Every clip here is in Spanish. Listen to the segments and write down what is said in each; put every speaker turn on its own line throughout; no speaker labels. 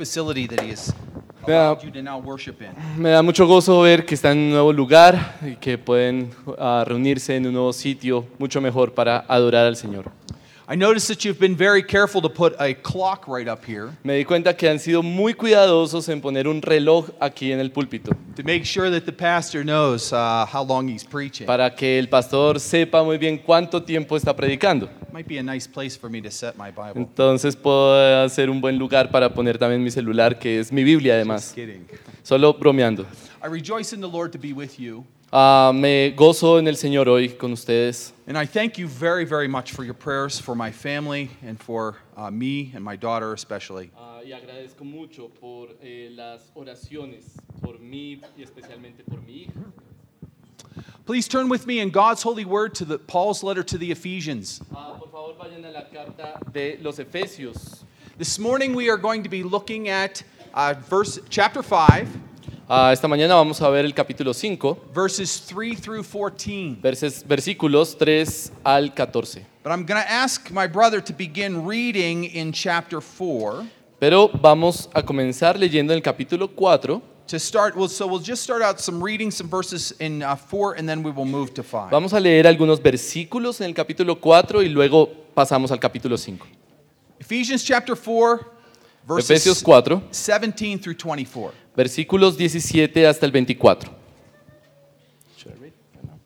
facility that He has
Me da-
allowed you to now worship in.
Me da mucho gozo ver que están en un nuevo lugar y que pueden ah, reunirse en un nuevo sitio mucho mejor para adorar al Señor.
I notice that you've been very careful to put a clock right up here
Me di cuenta que han sido muy cuidadosos en poner un reloj aquí en el púlpito
to make sure that the pastor knows uh, how long he's preaching.
para que el pastor sepa muy bien cuánto tiempo está predicando.
Might be a nice place for me to set my Bible.
Entonces puedo hacer un buen lugar para poner también mi celular, que es mi Biblia
Just
además,
kidding.
solo bromeando.
I rejoice in the Lord to be with you,
Ah, me gozo en el Señor hoy con ustedes.
and I thank you very, very much for your prayers for my family and for uh, me and my daughter especially.
Ah, y agradezco mucho por eh, las oraciones por mí y especialmente por mi hija.
Please turn with me in God's holy word to the, Paul's letter to the Ephesians.
Ah, por favor, vayan a la carta de los Efesios.
This morning we are going to be looking at uh, verse chapter 5,
Ah, esta mañana vamos a ver el capítulo 5,
verses 3 through 14.
verses, versículos 3 al 14.
But I'm going to ask my brother to begin reading in chapter 4
Pero vamos a comenzar leyendo en el capítulo 4.
to start well so we'll just start out some reading some verses in uh, 4 and then we will move to 5.
Vamos a leer algunos versículos en el capítulo 4 y luego pasamos al capítulo 5.
Ephesians chapter 4 verses
Efesios 4,
17 through 24.
versículos 17 hasta el 24.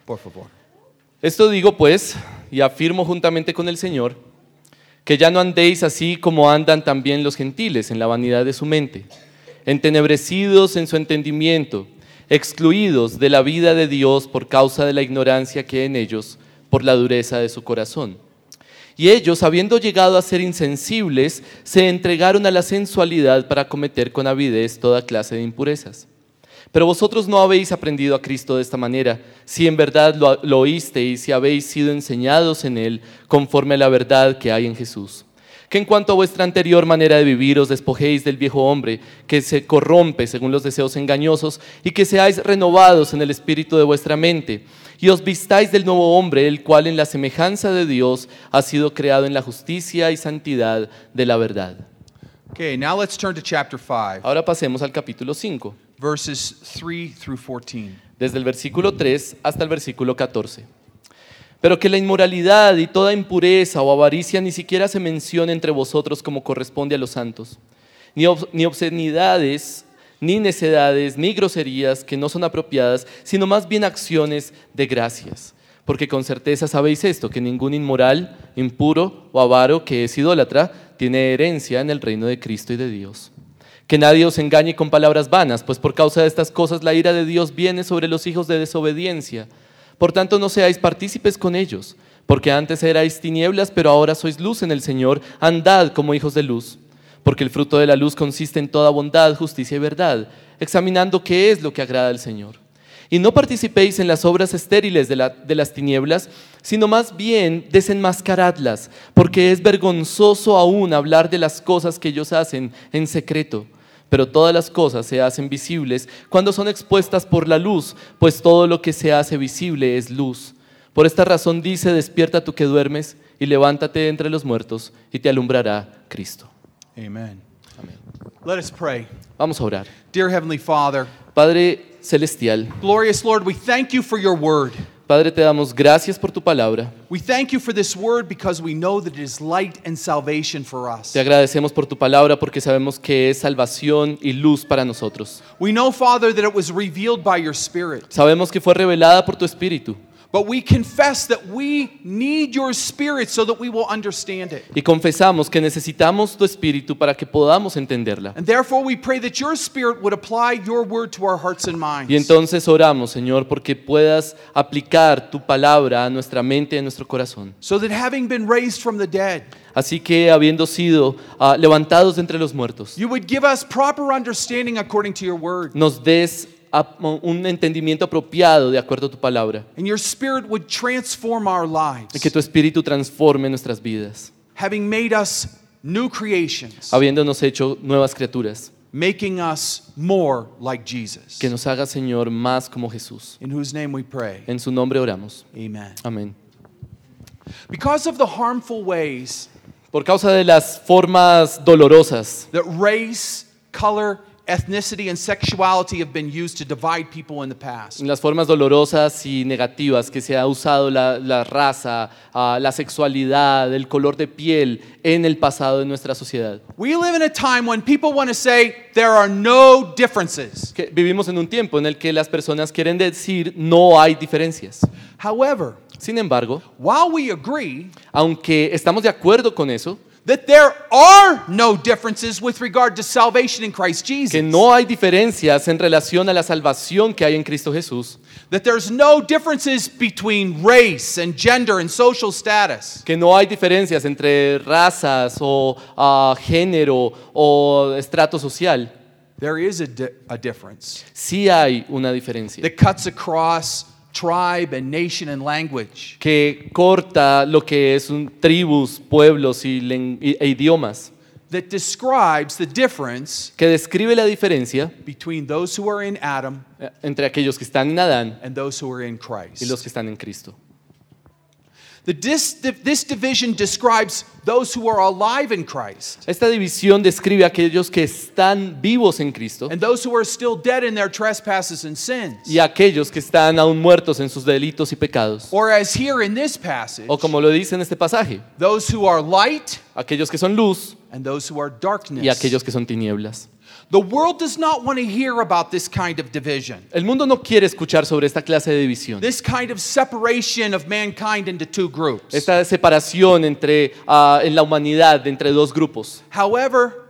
Por favor.
Esto digo pues, y afirmo juntamente con el Señor, que ya no andéis así como andan también los gentiles en la vanidad de su mente, entenebrecidos en su entendimiento, excluidos de la vida de Dios por causa de la ignorancia que hay en ellos, por la dureza de su corazón. Y ellos, habiendo llegado a ser insensibles, se entregaron a la sensualidad para cometer con avidez toda clase de impurezas. Pero vosotros no habéis aprendido a Cristo de esta manera, si en verdad lo, lo oísteis y habéis sido enseñados en Él conforme a la verdad que hay en Jesús. Que en cuanto a vuestra anterior manera de vivir os despojéis del viejo hombre que se corrompe según los deseos engañosos y que seáis renovados en el espíritu de vuestra mente y os vistáis del nuevo hombre, el cual en la semejanza de Dios ha sido creado en la justicia y santidad de la verdad.
Okay, now let's turn to chapter 5
Ahora pasemos al capítulo 5,
verses 3 through 14.
desde el versículo 3 hasta el versículo 14. Pero que la inmoralidad y toda impureza o avaricia ni siquiera se mencione entre vosotros como corresponde a los santos, ni, obs- ni obscenidades, ni necedades, ni groserías que no son apropiadas, sino más bien acciones de gracias. Porque con certeza sabéis esto, que ningún inmoral, impuro o avaro que es idólatra tiene herencia en el reino de Cristo y de Dios. Que nadie os engañe con palabras vanas, pues por causa de estas cosas la ira de Dios viene sobre los hijos de desobediencia. Por tanto, no seáis partícipes con ellos, porque antes erais tinieblas, pero ahora sois luz en el Señor. Andad como hijos de luz, porque el fruto de la luz consiste en toda bondad, justicia y verdad, examinando qué es lo que agrada al Señor. Y no participéis en las obras estériles de, la- de las tinieblas, sino más bien desenmascaradlas, porque es vergonzoso aún hablar de las cosas que ellos hacen en secreto. Pero todas las cosas se hacen visibles cuando son expuestas por la luz, pues todo lo que se hace visible es luz. Por esta razón dice, despierta tú que duermes y levántate de entre los muertos y te alumbrará Cristo.
Amen. Let us pray.
Vamos a orar.
Dear heavenly Father,
Padre Celestial,
glorious Lord, we thank you for your word.
Padre, te damos gracias por tu palabra.
We thank you for this word because we know that it is light and salvation for us.
Te agradecemos por tu palabra porque sabemos que es salvación y luz para nosotros.
We know, Father, that it was revealed by your Spirit,
Sabemos que fue revelada por tu Espíritu
but we confess that we need your Spirit so that we will understand it.
y confesamos que necesitamos tu Espíritu para que podamos entenderla.
And therefore, we pray that your Spirit would apply your word to our hearts and minds.
Y entonces oramos, Señor, porque puedas aplicar tu palabra a nuestra mente y a nuestro corazón.
so that having been raised from the dead,
Así que, habiendo sido ah, levantados de entre los muertos,
you would give us proper understanding according to your word,
nos des a- un entendimiento apropiado de acuerdo a tu palabra.
and your Spirit would transform our lives,
Y que tu espíritu transforme nuestras vidas,
having made us new creations,
habiéndonos hecho nuevas criaturas.
making us more like Jesus.
Que nos haga, Señor, más como Jesús.
In whose name we pray.
En su nombre oramos.
Amen.
Amén.
Because of the harmful ways
Por causa de las formas dolorosas
that race color, ethnicity, and sexuality have been used to divide people in the past.
Las formas dolorosas y negativas que se ha usado la, la raza, ah, la sexualidad, el color de piel en el pasado de nuestra sociedad.
We live in a time when people want to say there are no differences.
Que vivimos en un tiempo en el que las personas quieren decir no hay diferencias.
However,
Sin embargo,
while we agree
aunque estamos de acuerdo con eso,
that there are no differences with regard to salvation in Christ
que
Jesus,
no hay diferencias en relación a la salvación que hay en Cristo Jesús,
that there's no differences between race and gender and social status,
que no hay diferencias entre razas o ah, género o estrato social,
there is a, di- a difference
sí hay una diferencia
that cuts across tribe and nation and language.
que corta lo que es un- tribus, pueblos y len- y- e idiomas,
that describes the difference
que describe la diferencia
between those who are in Adam
eh, entre aquellos que están en Adán
and those who are in
y los que
Christ.
están en Cristo.
The dis- this division describes those who are alive in Christ
Esta división describe a aquellos que están vivos en Cristo
and those who are still dead in their trespasses and sins.
y a aquellos que están aún muertos en sus delitos y pecados.
Or, as here in this passage,
O como lo dice en este pasaje,
those who are light
aquellos que son luz
and those who are darkness.
y aquellos que son tinieblas.
The world does not want to hear about this kind of division,
El mundo no quiere escuchar sobre esta clase de división,
this kind of separation of mankind into two groups.
esta separación entre, ah, en la humanidad entre dos grupos.
However,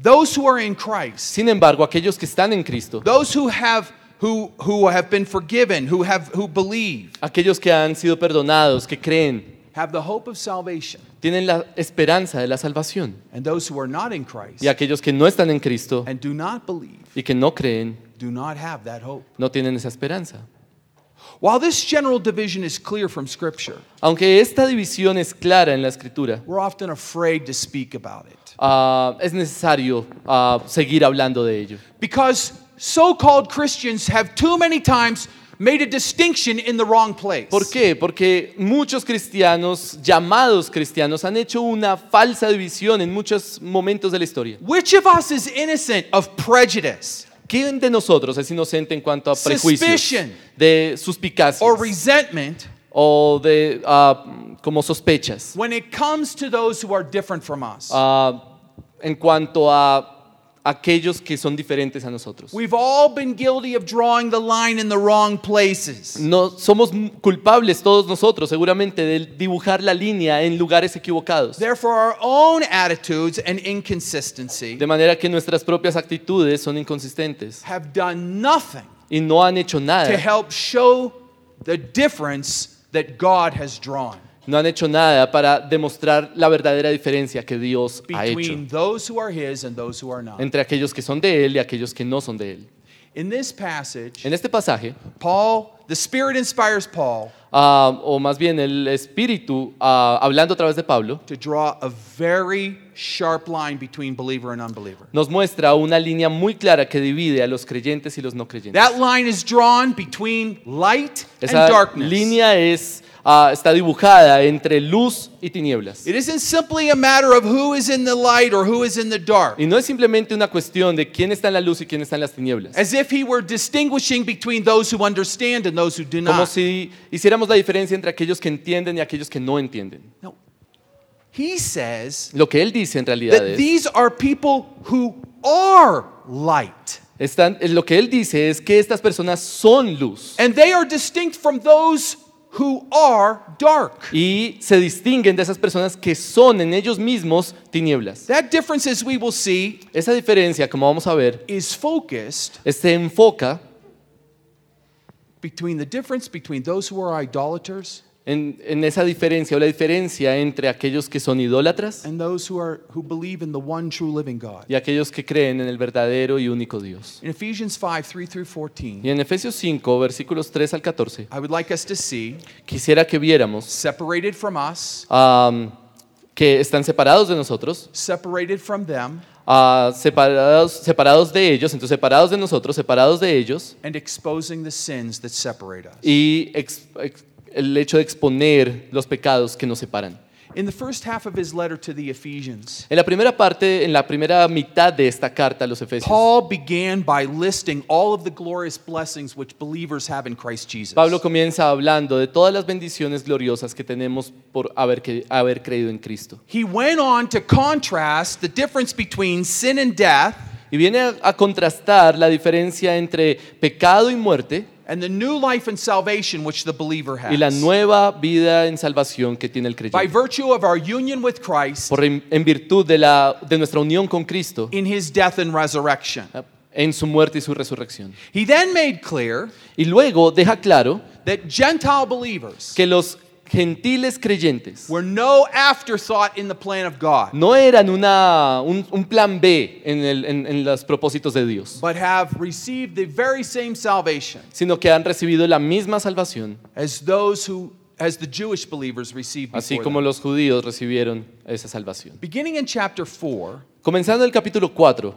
those who are in Christ,
Sin embargo, aquellos que están en Cristo,
those who have who who have been forgiven who have who believe
aquellos que han sido perdonados, que creen,
have the hope of salvation
tienen la esperanza de la salvación.
and those who are not in christ
Y aquellos que no están en Cristo
and do not believe
y que no creen,
do not have that hope
no tienen esa esperanza.
while this general division is clear from scripture
Aunque esta división es clara en la Escritura,
we're often afraid to speak about it
ah, es necesario ah, seguir hablando de ello.
because so-called christians have too many times made a distinction in the wrong place
¿Por qué? Porque muchos cristianos, llamados cristianos, han hecho una falsa división en muchos momentos de la historia.
which of us is innocent of prejudice
¿Quién de nosotros es inocente en cuanto a prejuicios,
Suspicion.
de
or
suspicacias
resentment
o de ah, como sospechas
when it comes to those who are different from us
ah, en cuanto a aquellos que son diferentes a nosotros?
We've all been guilty of drawing the line in the wrong places.
No somos culpables todos nosotros, seguramente, de dibujar la línea en lugares equivocados.
Therefore, our own attitudes and inconsistency
De manera que nuestras propias actitudes son inconsistentes
have done nothing
y no han hecho
to
nada.
help show the difference that God has drawn
No han hecho nada para demostrar la verdadera diferencia que Dios ha hecho
between those who are His and those who are not.
entre aquellos que son de Él y aquellos que no son de Él.
In this passage,
En este pasaje,
Paul, the Spirit inspires Paul
ah, o más bien el Espíritu, ah, hablando a través de Pablo,
to draw a very sharp line between believer and unbeliever.
nos muestra una línea muy clara que divide a los creyentes y los no creyentes.
That line is drawn between light and
Esa
darkness.
línea es, ah, está dibujada entre luz y tinieblas.
It isn't simply a matter of who is in the light or who is in the dark,
Y no es simplemente una cuestión de quién está en la luz y quién está en las tinieblas.
as if he were distinguishing between those who understand and those who do
Como
not.
si hiciéramos la diferencia entre aquellos que entienden y aquellos que no entienden.
No. He says
Lo que él dice en realidad
that
es,
these are people who are light,
están- eh, lo que él dice es que estas personas son luz
and they are distinct from those who are dark.
y se distinguen de esas personas que son en ellos mismos tinieblas.
That difference, as we will see,
Esa diferencia, como vamos a ver,
is focused
se enfoca
between the difference between those who are idolaters
en, en esa diferencia o la diferencia entre aquellos que son idólatras
and those who are who believe in the one true living God.
y aquellos que creen en el verdadero y único Dios.
In Ephesians 5, 3 through 14,
Y en Efesios 5, versículos 3 al 14,
I would like us to see,
quisiera que viéramos
separated from us,
am, que están separados de nosotros,
separated from them,
ah, separados, separados de ellos, entonces separados de nosotros, separados de ellos,
and exposing the sins that separate us.
y ex- ex- el hecho de exponer los pecados que nos separan.
In the first half of his letter to the Ephesians,
En la primera parte, en la primera mitad de esta carta a los Efesios,
Paul began by listing all of the glorious blessings which believers have in Christ Jesus.
Pablo comienza hablando de todas las bendiciones gloriosas que tenemos por haber, que- haber creído en Cristo.
He went on to contrast the difference between sin and death
Y viene a, a contrastar la diferencia entre pecado y muerte
and the new life and salvation which the believer has.
y la nueva vida en salvación que tiene el
By
creyente.
virtue of our union with Christ
Por en, en virtud de, la, de nuestra unión con Cristo
in his death and resurrection.
en su muerte y su resurrección.
He then made clear
Y luego deja claro
that Gentile believers
que los gentiles creyentes
were no afterthought in the plan of God,
no eran una, un, un plan B en, el- en- en los propósitos de Dios,
but have received the very same salvation
sino que han recibido la misma salvación,
as those who, as the Jewish believers received
así
before
como
them.
los judíos recibieron esa salvación.
Beginning in chapter 4,
Comenzando el capítulo 4,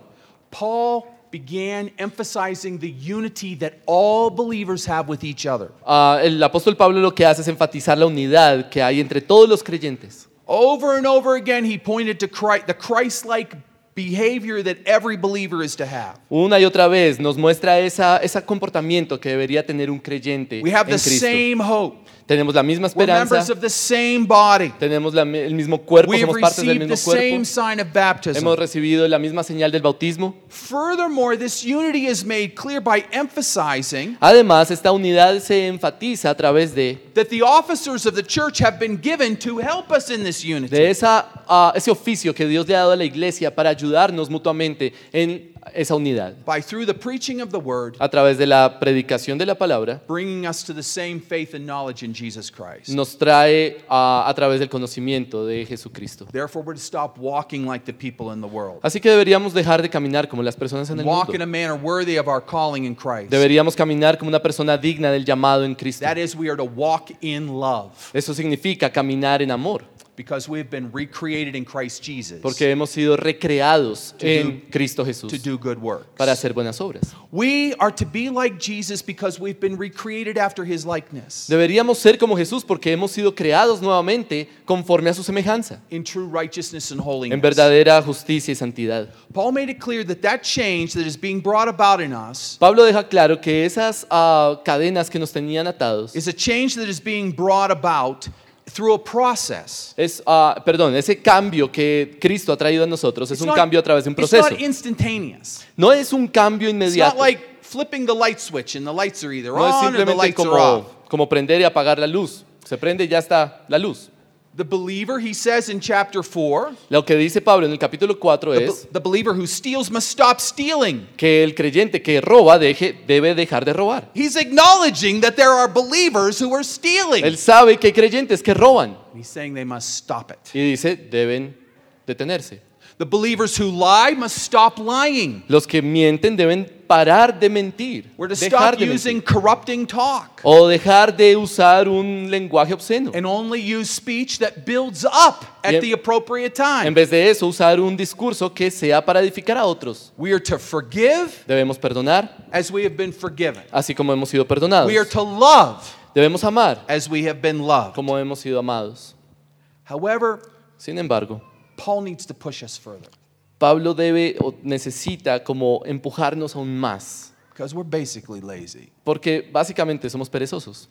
Paul began emphasizing the unity that all believers have with each other.
ah, el apóstol Pablo lo que hace es enfatizar la unidad que hay entre todos los creyentes.
Over and over again, he pointed to Christ, the Christ like behavior that every believer is to have.
Una y otra vez nos muestra esa, ese comportamiento que debería tener un creyente
We have
en
the
Cristo.
same hope.
Tenemos la misma
We're members
esperanza,
of the same body.
tenemos la mi- el mismo cuerpo,
We have
somos parte del
received
mismo
the same
cuerpo,
sign of baptism.
hemos recibido la misma señal del bautismo.
Furthermore, this unity is made clear by emphasizing
Además, esta unidad se enfatiza a través de,
that the officers of the church have been given to help us in this
de
unity.
esa, ah, ese oficio que Dios le ha dado a la iglesia para ayudarnos mutuamente en esa unidad,
By through the preaching of the word,
a través de la predicación de la palabra,
bringing us to the same faith and knowledge in Jesus Christ.
nos trae a, a través del conocimiento de Jesucristo.
Therefore, we're to stop walking like the people in the world.
Así que deberíamos dejar de caminar como las personas en el
Walk in
mundo.
a manner worthy of our calling in Christ.
Deberíamos caminar como una persona digna del llamado en Cristo.
That is, we are to walk in love
Eso significa caminar en amor,
because we've been recreated in Christ Jesus
porque hemos sido recreados
To do-
en Cristo Jesús
to do good works.
para hacer buenas obras.
We are to be like Jesus because we've been recreated after his likeness
Deberíamos ser como Jesús porque hemos sido creados nuevamente conforme a su semejanza,
in true righteousness and holiness.
en verdadera justicia y santidad.
Paul made it clear that that change that is being brought about in us
Pablo deja claro que esas ah, cadenas que nos tenían atados,
is a change that is being brought about through a process.
es, ah, perdón, ese cambio que Cristo ha traído a nosotros es
It's
un
not-
cambio a través de un
it's
proceso.
not instantaneous.
No es un cambio
It's not
inmediato.
like flipping the light switch and the lights are either
No es
on or the
simplemente
lights are off.
como, como prender y apagar la luz. Se prende y ya está la luz.
The believer, he says in chapter 4,
Lo que dice Pablo en el capítulo 4
the,
es
the believer who steals must stop stealing.
que el creyente que roba deje, debe dejar de robar.
He's acknowledging that there are believers who are stealing.
Él sabe que hay creyentes que roban.
He's saying they must stop it.
Y dice, deben detenerse.
The believers who lie must stop lying.
Los que mienten deben parar de mentir,
We're to
dejar
stop
de
using
mentir,
corrupting talk
o dejar de usar un lenguaje obsceno.
and only use speech that builds up at
Yep.
the appropriate time.
En vez de eso, usar un discurso que sea para edificar a otros.
we are to forgive
Debemos perdonar,
as we have been forgiven.
así como hemos sido perdonados.
We are to love
Debemos amar,
as we have been loved.
como hemos sido amados.
However,
Sin embargo,
Paul needs to push us further
Pablo debe o necesita como empujarnos aún más,
because we're basically lazy.
porque básicamente somos perezosos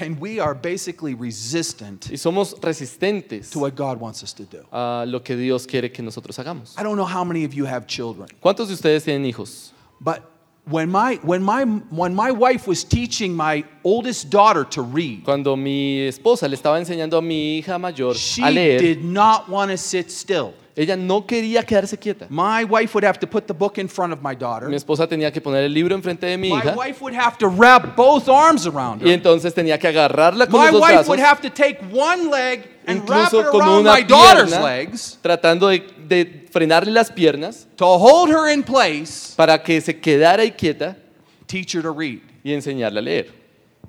And we are basically resistant
y somos resistentes
to what God wants us to do.
a lo que Dios quiere que nosotros hagamos.
I don't know how many of you have children,
¿Cuántos de ustedes tienen hijos?
but when my, when my, when my wife was teaching my oldest daughter to read,
Cuando mi esposa le estaba enseñando a mi hija mayor
she
a leer,
did not want to sit still.
ella no quería quedarse quieta.
My wife would have to put the book in front of my daughter.
Mi esposa tenía que poner el libro enfrente de mi
My
hija
wife would have to wrap both arms around
y
her.
entonces tenía que agarrarla con
My
los dos
wife would
brazos,
have to take one leg and wrap it
incluso con
around
una
my daughter's
pierna,
legs
tratando de, de frenarle las piernas
to hold her in place,
para que se quedara ahí quieta
teach her to read.
y enseñarle a leer.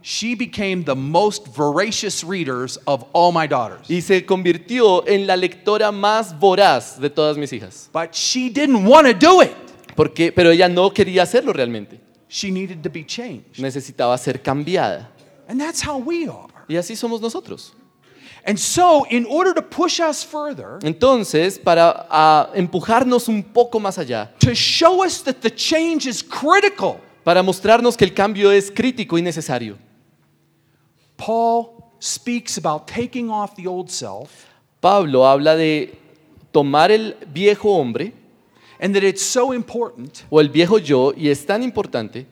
She became the most voracious readers of all my daughters.
Y se convirtió en la lectora más voraz de todas mis hijas,
But she didn't want to do it.
porque, pero ella no quería hacerlo realmente,
She needed to be changed.
necesitaba ser cambiada.
And that's how we are.
Y así somos nosotros.
And so, in order to push us further,
Entonces, para ah, empujarnos un poco más allá,
to show us that the change is critical,
para mostrarnos que el cambio es crítico y necesario,
Paul speaks about taking off the old self
Pablo habla de tomar el viejo hombre
and that it's so important
o el viejo yo y es tan importante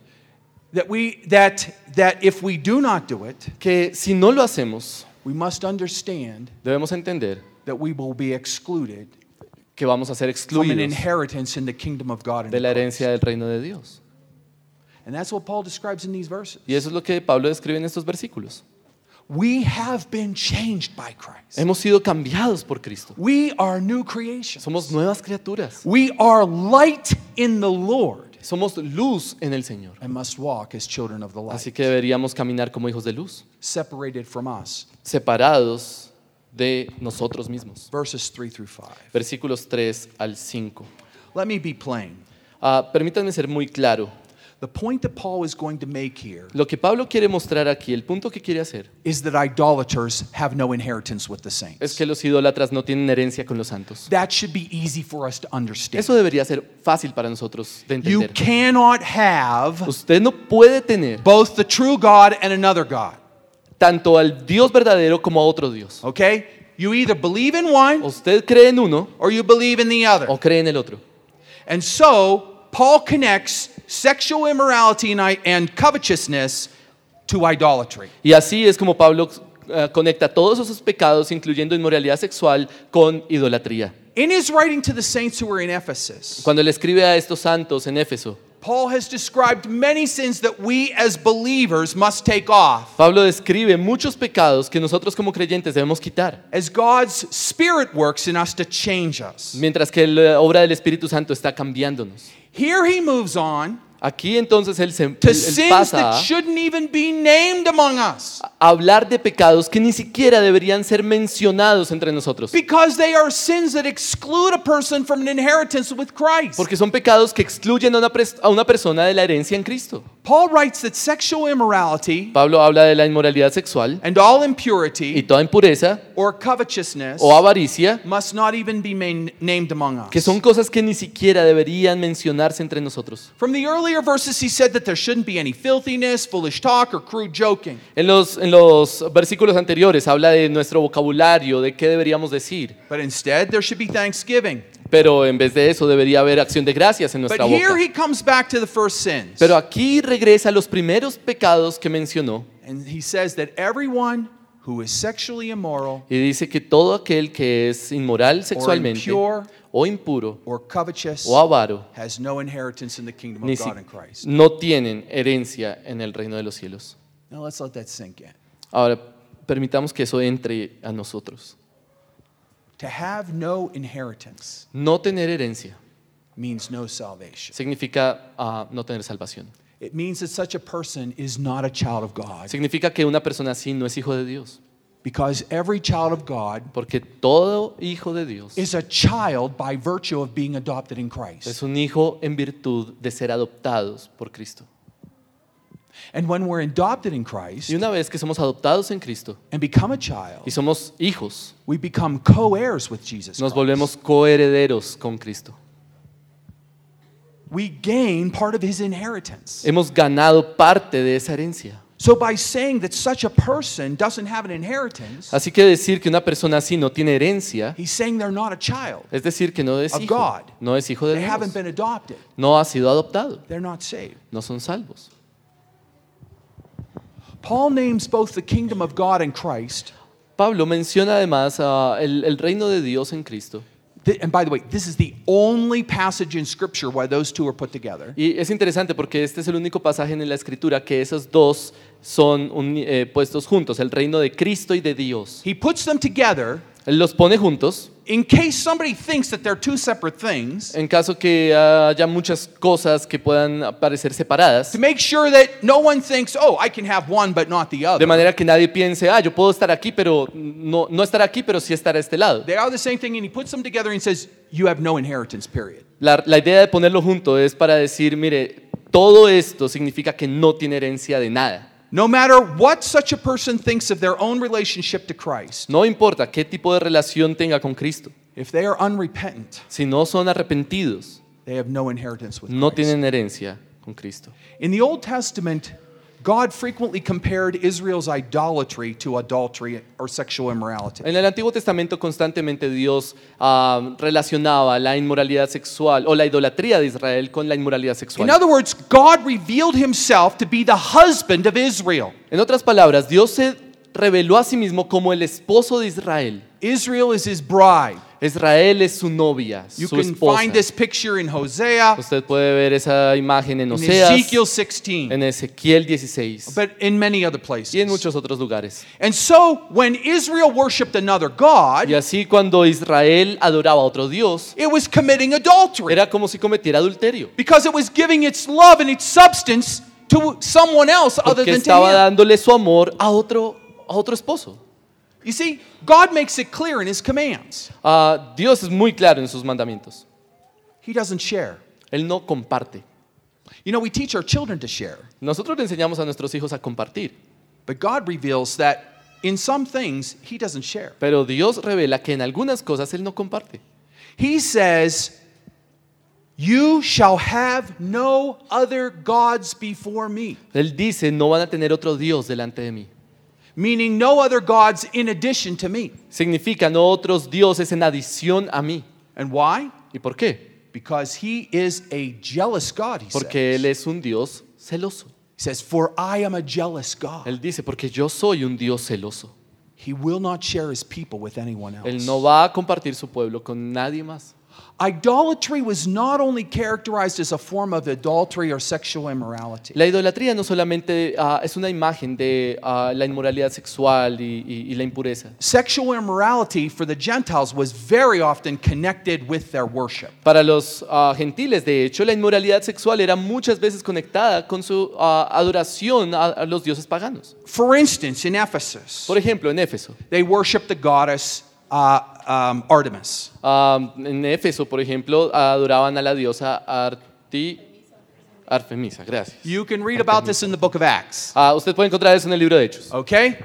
that we that that if we do not do it,
que si no lo hacemos,
we must understand
debemos entender
that we will be excluded
que vamos a ser
from an
excluidos
inheritance in the kingdom of God. in
de la
Christ.
herencia del reino de Dios.
And that's what Paul describes in these verses.
Y eso es lo que Pablo describe en estos versículos.
We have been changed by Christ.
Hemos sido cambiados por Cristo.
We are new creation.
Somos nuevas criaturas.
We are light in the Lord
Somos luz en el Señor.
and must walk as children of the light,
Así que deberíamos caminar como hijos de luz,
separated from us.
separados de nosotros mismos.
Verses 3 through 5.
Versículos 3 al 5.
Let me be plain.
Ah, permítanme ser muy claro.
The point that Paul is going to make here
Lo que Pablo quiere mostrar aquí, el punto que quiere hacer,
is that idolaters have no inheritance with the saints.
es que los idólatras no tienen herencia con los santos.
That should be easy for us to understand.
Eso debería ser fácil para nosotros de
You
entender.
cannot have
Usted no puede tener
both the true God and another God.
tanto al Dios verdadero como a otro Dios.
Okay? You either believe in one
Usted cree en uno
or you believe in the other.
o cree en el otro.
And so, Paul connects sexual immorality and, i- and covetousness to idolatry.
Y así es como Pablo eh, conecta todos esos pecados, incluyendo inmoralidad sexual, con idolatría.
In his writing to the saints who were in Ephesus,
Cuando le escribe a estos santos en Éfeso,
Paul has described many sins that we as believers must take off
Pablo describe muchos pecados que nosotros como creyentes debemos quitar,
as God's Spirit works in us to change us.
mientras que la obra del Espíritu Santo está cambiándonos.
Here he moves on
Aquí entonces él, se, él-
to
él
sins
pasa
that
a
shouldn't even be named among us
hablar de pecados que ni siquiera deberían ser mencionados entre nosotros,
because they are sins that exclude a person from an inheritance with Christ.
porque son pecados que excluyen a una, pres- a una persona de la herencia en Cristo.
Paul writes that sexual immorality
Pablo habla de la inmoralidad sexual
and all
y
impurity
toda impureza
or covetousness
o avaricia,
must not even be main- named among us.
que son cosas que ni siquiera deberían mencionarse entre nosotros.
From the earlier verses, he said that there shouldn't be any filthiness, foolish talk, or crude joking.
En los, en los versículos anteriores habla de nuestro vocabulario, de qué deberíamos decir,
But instead, there should be thanksgiving.
pero en vez de eso debería haber acción de gracias en nuestra
But here
boca.
he comes back to the first sins.
Pero aquí regresa a los primeros pecados que mencionó
And he says that everyone who is sexually immoral
y dice que todo aquel que es inmoral sexualmente
impure.
o impuro
or covetous
o avaro
has no inheritance in the kingdom
ni
of
si-
God in Christ.
no tienen herencia en el reino de los cielos.
Now let's let that sink in.
Ahora, permitamos que eso entre a nosotros.
To have no inheritance
No tener herencia
means no salvation.
significa ah, no tener salvación.
It means that such a person is not a child of God
Significa que una persona así no es hijo de Dios,
because every child of God
porque todo hijo de Dios
is a child by virtue of being adopted in
es
Christ.
un hijo en virtud de ser adoptados por Cristo.
And when we're adopted in Christ
Y una vez que somos adoptados en Cristo
and become a
y
child,
somos hijos,
we become co-heirs with Jesus.
nos
Christ.
volvemos coherederos con Cristo.
We gain part of his inheritance.
Hemos ganado parte de esa herencia.
So by saying that such a person doesn't have an inheritance,
Así que decir que una persona así no tiene herencia
he's saying they're not a child.
es decir que no es
Of
hijo,
God.
no es hijo de
They haven't
Dios,
been adopted.
no ha sido adoptado,
They're not saved.
no son salvos.
Paul names both the kingdom of God and Christ.
Pablo menciona además ah, el, el reino de Dios en Cristo.
Th- And by the way, this is the only passage in Scripture why those two are put together.
Y es interesante porque este es el único pasaje en la escritura que esos dos son uni- eh, puestos juntos, el reino de Cristo y de Dios.
He puts them together
Él los pone juntos
in case somebody thinks that they're two separate things
en caso que haya muchas cosas que puedan parecer separadas,
to make sure that no one thinks, oh, I can have one but not the
de
other.
manera que nadie piense, ah, yo puedo estar aquí, pero no, no estar aquí, pero sí estar a este lado.
They are the same thing, and he puts them together and says, you have no inheritance, period.
La, la idea de ponerlo junto es para decir, mire, todo esto significa que no tiene herencia de nada.
No matter what such a person thinks of their own relationship to Christ,
No importa qué tipo de relación tenga con Cristo,
if they are unrepentant,
si no son arrepentidos,
they have no inheritance with
no
Christ.
tienen herencia con Cristo.
In the Old Testament, God frequently compared Israel's idolatry to adultery or sexual immorality.
En el Antiguo Testamento constantemente Dios ah, relacionaba la inmoralidad sexual o la idolatría de Israel con la inmoralidad
In
sexual.
other words, God revealed himself to be the husband of Israel.
En otras palabras, Dios se reveló a sí mismo como el esposo de Israel.
Israel is his bride.
Israel es su novia,
You
su
can find
esposa.
this picture in Hosea,
Usted puede ver esa imagen en
in
Oseas,
Ezekiel 16,
en Ezequiel 16
but in many other
y en
places.
muchos otros lugares.
And so, when Israel worshiped another
Y
God,
así cuando Israel adoraba a otro Dios,
it was committing adultery
era como si cometiera adulterio.
because it was giving its love and its substance to someone else other
Porque
than to
estaba
him.
dándole su amor a otro, a otro esposo.
You see, God makes it clear in his commands.
Ah, Dios es muy claro en sus mandamientos.
He doesn't share.
Él no comparte.
You know, we teach our children to share,
Nosotros le enseñamos a nuestros hijos a compartir,
but God reveals that in some things he doesn't share.
pero Dios revela que en algunas cosas Él no comparte.
He says, You shall have no other gods before me,
Él dice, no van a tener otro Dios delante de mí.
meaning no other gods in addition to me.
Significa no otros dioses en adición a mí.
And why?
¿Y por qué?
Because he is a jealous God, he
Porque
says.
Él es un Dios celoso.
He says, For I am a jealous God.
Él dice, porque yo soy un Dios celoso.
He will not share his people with anyone
Él
else.
no va a compartir su pueblo con nadie más.
Idolatry was not only characterized as a form of adultery or sexual immorality,
La idolatría no solamente ah, es una imagen de ah, la inmoralidad sexual y- y- y la impureza.
sexual immorality for the Gentiles was very often connected with their worship.
Para los ah, gentiles, de hecho, la inmoralidad sexual era muchas veces conectada con su ah, adoración a, a los dioses paganos.
For instance, in Ephesus,
Por ejemplo, en Éfeso.
they worshiped the goddess uh, um, Artemis.
Ah, en Éfeso, por ejemplo, adoraban a la diosa Arti... Artemisa, gracias.
You can read about this in the book of Acts.
Ah, usted puede encontrar eso en el libro de Hechos.
Okay?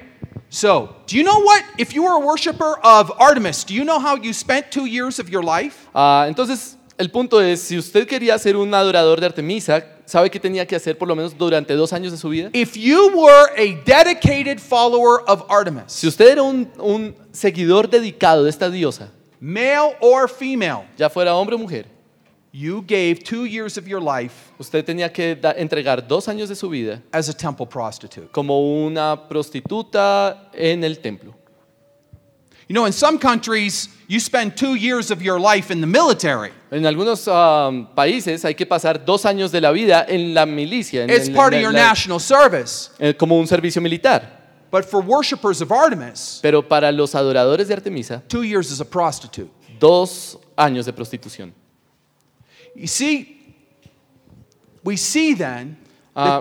So, do you know what? If you were a worshiper of Artemis, do you know how you spent two years of your life?
Ah, entonces, el punto es, si usted quería ser un adorador de Artemisa, ¿sabe qué tenía que hacer por lo menos durante dos años de su vida?
If you were a dedicated follower of Artemis,
Si usted era un- un seguidor dedicado de esta diosa,
male or female,
ya fuera hombre o mujer,
You gave two years of your life
Usted tenía que da- entregar dos años de su vida
as a temple prostitute.
como una prostituta en el templo.
You know, in some countries, you spend two years of your life in the military.
En algunos am, países hay que pasar dos años de la vida en la milicia, en-
It's
en-
part of
en-
your
en la-
national service.
eh, como un servicio militar.
But for worshipers of Artemis,
Pero para los adoradores de Artemisa,
two years as a prostitute.
dos años de prostitución.
You see, we see then
Uh,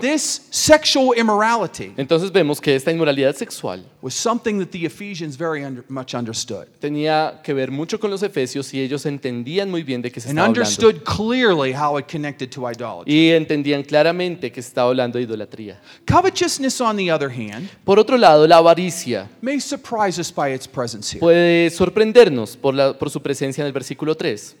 that this sexual immorality
Entonces vemos que esta inmoralidad sexual
was something that the Ephesians very under, much understood
tenía que ver mucho con los efesios y ellos entendían muy bien de qué se
and
estaba hablando.
understood clearly how it connected to idolatry.
Y entendían claramente que estaba hablando de idolatría.
Covetousness, on the other hand,
Por otro lado, la avaricia
may surprise us by its presence here.
puede sorprendernos por, la- por su presencia en el versículo 3.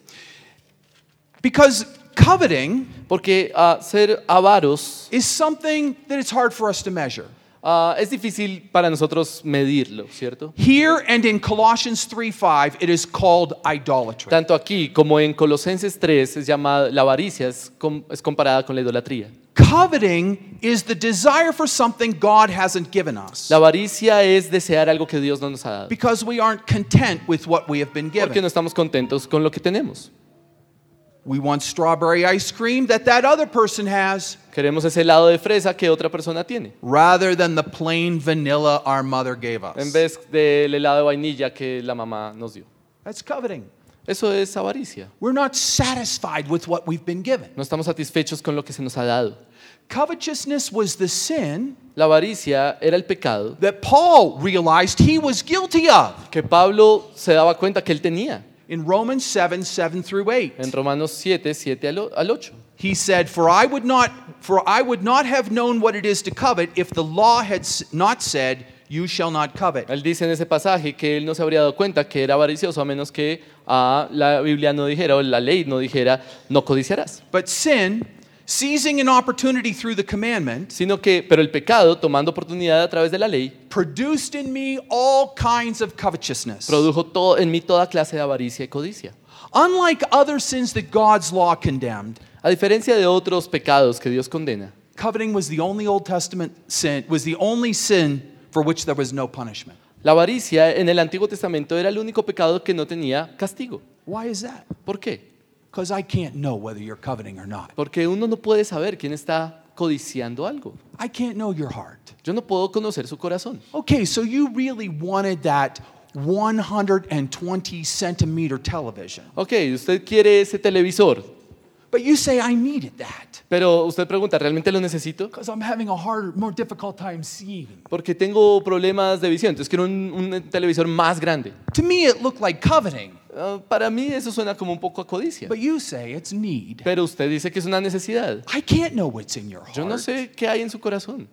Because coveting
Porque ah, ser avaros
is something that it's hard for us to measure.
ah, es difícil para nosotros medirlo, ¿cierto?
Here and in Colossians 3:5, it is called idolatry.
Tanto aquí como en Colosenses 3 es llamada la avaricia, es, com- es comparada con la idolatría.
Coveting is the desire for something God hasn't given us
La avaricia es desear algo que Dios no nos ha dado.
because we aren't content with what we have been
Porque no
given.
estamos contentos con lo que tenemos.
We want strawberry ice cream that that other person has
Queremos ese helado de fresa que otra persona tiene.
rather than the plain vanilla our mother gave
En
us.
vez del helado de vainilla que la mamá nos dio.
That's coveting.
Eso es avaricia.
We're not satisfied with what we've been given.
No estamos satisfechos con lo que se nos ha dado.
Covetousness was the sin
La avaricia era el pecado
that Paul realized he was guilty of
que Pablo se daba cuenta que él tenía.
in Romans 7 7 through 8.
En Romanos 7, 7 al o- al 8.
He said, For I would not For I would not have known what it is to covet if the law had s- not said, You shall not covet.
Él dice en ese pasaje que él no se habría dado cuenta que era avaricioso a menos que ah, la Biblia no dijera o la ley no dijera no codiciarás,
But sin, seizing an opportunity through the commandment,
sino que pero el pecado tomando oportunidad a través de la ley
produced in me all kinds of covetousness.
produjo todo, en mí toda clase de avaricia y codicia.
Unlike other sins that God's law condemned,
A diferencia de otros pecados que Dios condena,
coveting was the only Old Testament sin, was the only sin for which there was no punishment.
la avaricia en el Antiguo Testamento era el único pecado que no tenía castigo.
Why is that?
¿Por qué?
Because I can't know whether you're coveting or not.
Porque uno no puede saber quién está codiciando algo.
I can't know your heart.
Yo no puedo conocer su corazón.
Okay, so you really wanted that 120 centimeter television.
Ok, usted quiere ese televisor,
But you say, I needed that
pero usted pregunta, ¿realmente lo necesito?
because I'm having a harder, more difficult time seeing.
Porque tengo problemas de visión, entonces quiero un, un televisor más grande.
To me, it looked like coveting,
Ah, para mí eso suena como un poco a codicia.
but you say it's need.
Pero usted dice que es una necesidad.
I can't know what's in your heart.
Yo no sé qué hay en su corazón.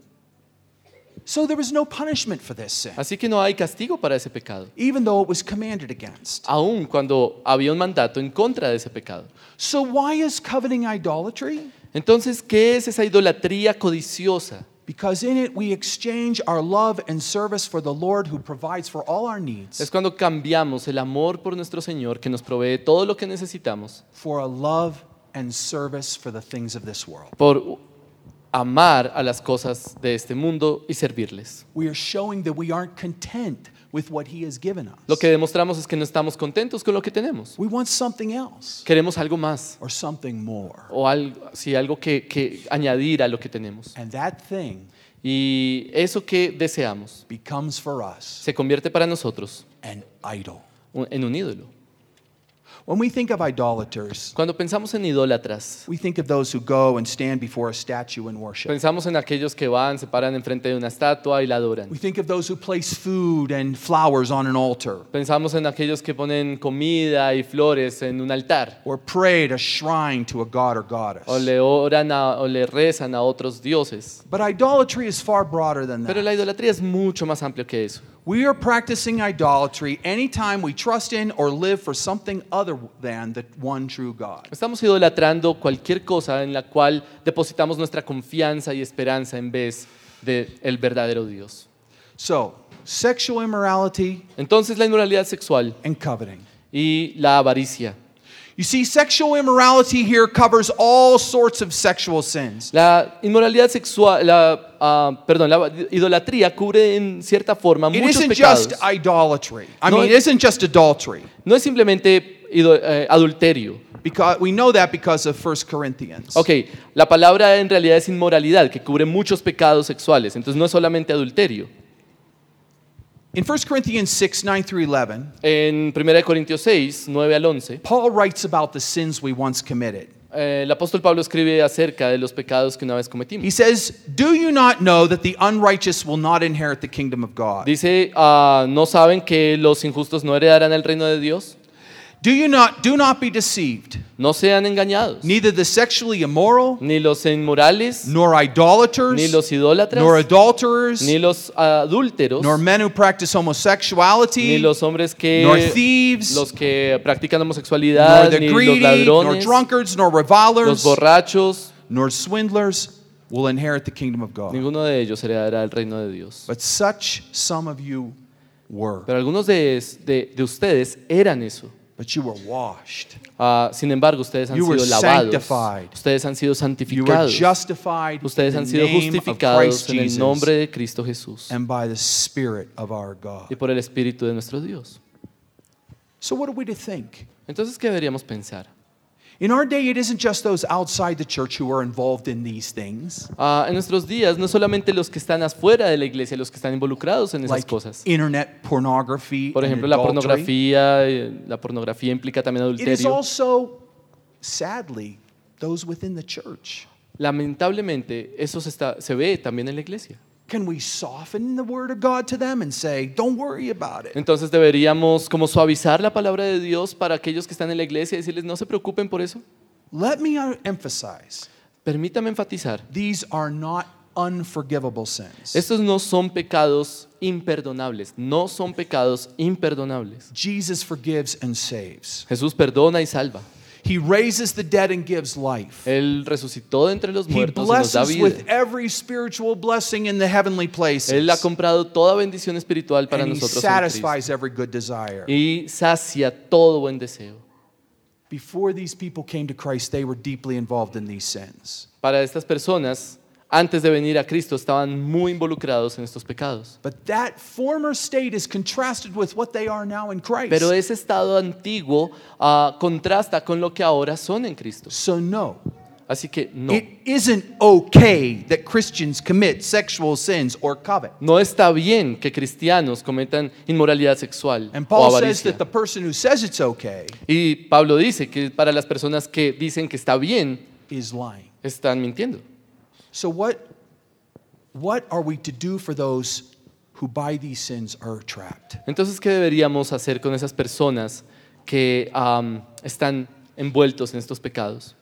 So there was no punishment for this sin,
Así que no hay castigo para ese pecado.
even though it was commanded against.
Aun cuando había un mandato en contra de ese pecado.
So why is coveting idolatry?
Entonces, ¿qué es esa idolatría codiciosa?
Because in it we exchange our love and service for the Lord who provides for all our
Es
needs
cuando cambiamos el amor por nuestro Señor, que nos provee todo lo que necesitamos,
for a love and service for the things of this world.
por amar a las cosas de este mundo y servirles.
We are showing that we aren't content with what He has given us.
Lo que demostramos es que no estamos contentos con lo que tenemos.
We want something else
Queremos algo más
or something more.
o algo, sí, algo que, que añadir a lo que tenemos.
And that thing
Y eso que deseamos
becomes for us
se convierte para nosotros
an idol.
un- en un ídolo.
When we think of idolaters,
Cuando pensamos en idólatras,
we think of those who go and stand before a statue and worship.
pensamos en aquellos que van, se paran enfrente de una estatua y la adoran.
We think of those who place food and flowers on an altar
Pensamos en aquellos que ponen comida y flores en un altar.
or pray at a shrine to a god or
o
goddess.
le oran a- o le rezan a otros dioses.
But idolatry is far broader than
Pero
that.
la idolatría es mucho más amplio que eso.
We are practicing idolatry anytime we trust in or live for something other than the one true God.
Estamos idolatrando cualquier cosa en la cual depositamos nuestra confianza y esperanza en vez del el verdadero Dios.
So, sexual immorality
Entonces la inmoralidad sexual
and coveting.
y la avaricia.
You see, sexual immorality here covers all sorts of sexual sins.
La inmoralidad sexual, la, ah, perdón, la idolatría cubre en cierta forma
It
muchos
isn't
pecados.
just idolatry. I
No,
mean, it
it-
isn't just adultery.
No es simplemente ido- eh, adulterio.
Because we know that because of 1 Corinthians.
Ok, la palabra en realidad es inmoralidad, que cubre muchos pecados sexuales. Entonces no es solamente adulterio.
In 1 Corinthians 6, 9 through 11,
En 1 de Corintios 6, 9 al 11,
Paul writes about the sins we once committed.
eh, el apóstol Pablo escribe acerca de los pecados que una vez
He
cometimos.
says, Do you not know that the unrighteous will not inherit the kingdom of God?
Dice, ah, ¿no saben que los injustos no heredarán el reino de Dios?
Do you not do not be deceived?
No sean engañados.
Neither the sexually immoral,
Ni los inmorales,
nor idolaters,
ni los idólatras,
nor adulterers,
ni los adúlteros,
nor men who practice homosexuality,
ni los hombres que...
nor thieves,
Los que practican
nor
homosexualidad,
the
ni los
greedy, nor
ladrones,
drunkards, nor
los
revilers,
borrachos,
nor swindlers will inherit the kingdom of God.
ninguno de ellos heredará el reino de Dios.
But such some of you were,
Pero algunos de, de- de ustedes eran eso.
but you were washed,
Ah, sin embargo, ustedes han
You were
sido lavados.
sanctified.
Ustedes han sido
you were
santificados.
justified
Ustedes
in
han
the
sido
name of Christ
justificados en el
Jesus
nombre de Cristo Jesús
and by the Spirit of our God.
y por el Espíritu de nuestro Dios.
So what are we to think?
Entonces, ¿qué deberíamos pensar?
In our day, it isn't just those outside the church who are involved in these things,
Ah, en nuestros días, no solamente los que están afuera de la iglesia, los que están involucrados en esas
like
cosas.
internet pornography.
Por
and
ejemplo, la
adultery.
pornografía. eh, La pornografía implica también
It is
adulterio.
also, sadly, those within the church.
Lamentablemente, eso se, está- se ve también en la iglesia.
Can we soften the word of God to them and say, don't worry about it?
Entonces deberíamos como suavizar la palabra de Dios para aquellos que están en la iglesia y decirles no se preocupen por eso.
Let me uh, emphasize
Permítame enfatizar,
These are not unforgivable sins.
estos no son pecados imperdonables, no son pecados imperdonables.
Jesus forgives and saves.
Jesús perdona y salva.
He raises the dead and gives life.
Él resucitó de entre los
He
muertos y nos da
blesses with
vida.
every spiritual blessing in the heavenly places.
Él ha comprado toda bendición espiritual para
And he
nosotros en Cristo.
satisfies every good desire.
y sacia todo buen deseo.
Before these people came to Christ, they were deeply involved in these sins.
Para estas personas, antes de venir a Cristo, estaban muy involucrados en estos pecados.
But that former state is contrasted with what they are now in Christ.
Pero ese estado antiguo ah, contrasta con lo que ahora son en Cristo.
so, no,
Así que no,
it isn't okay that Christians commit sexual sins or covet.
no está bien que cristianos cometan inmoralidad sexual
And
o
Paul says
avaricia.
that the person who says it's okay
Y Pablo dice que para las personas que dicen que está bien,
is lying.
están mintiendo.
So, what, what are we to do for those who by these sins are trapped?
Entonces, ¿qué deberíamos hacer con esas personas que am, están envueltos en estos pecados?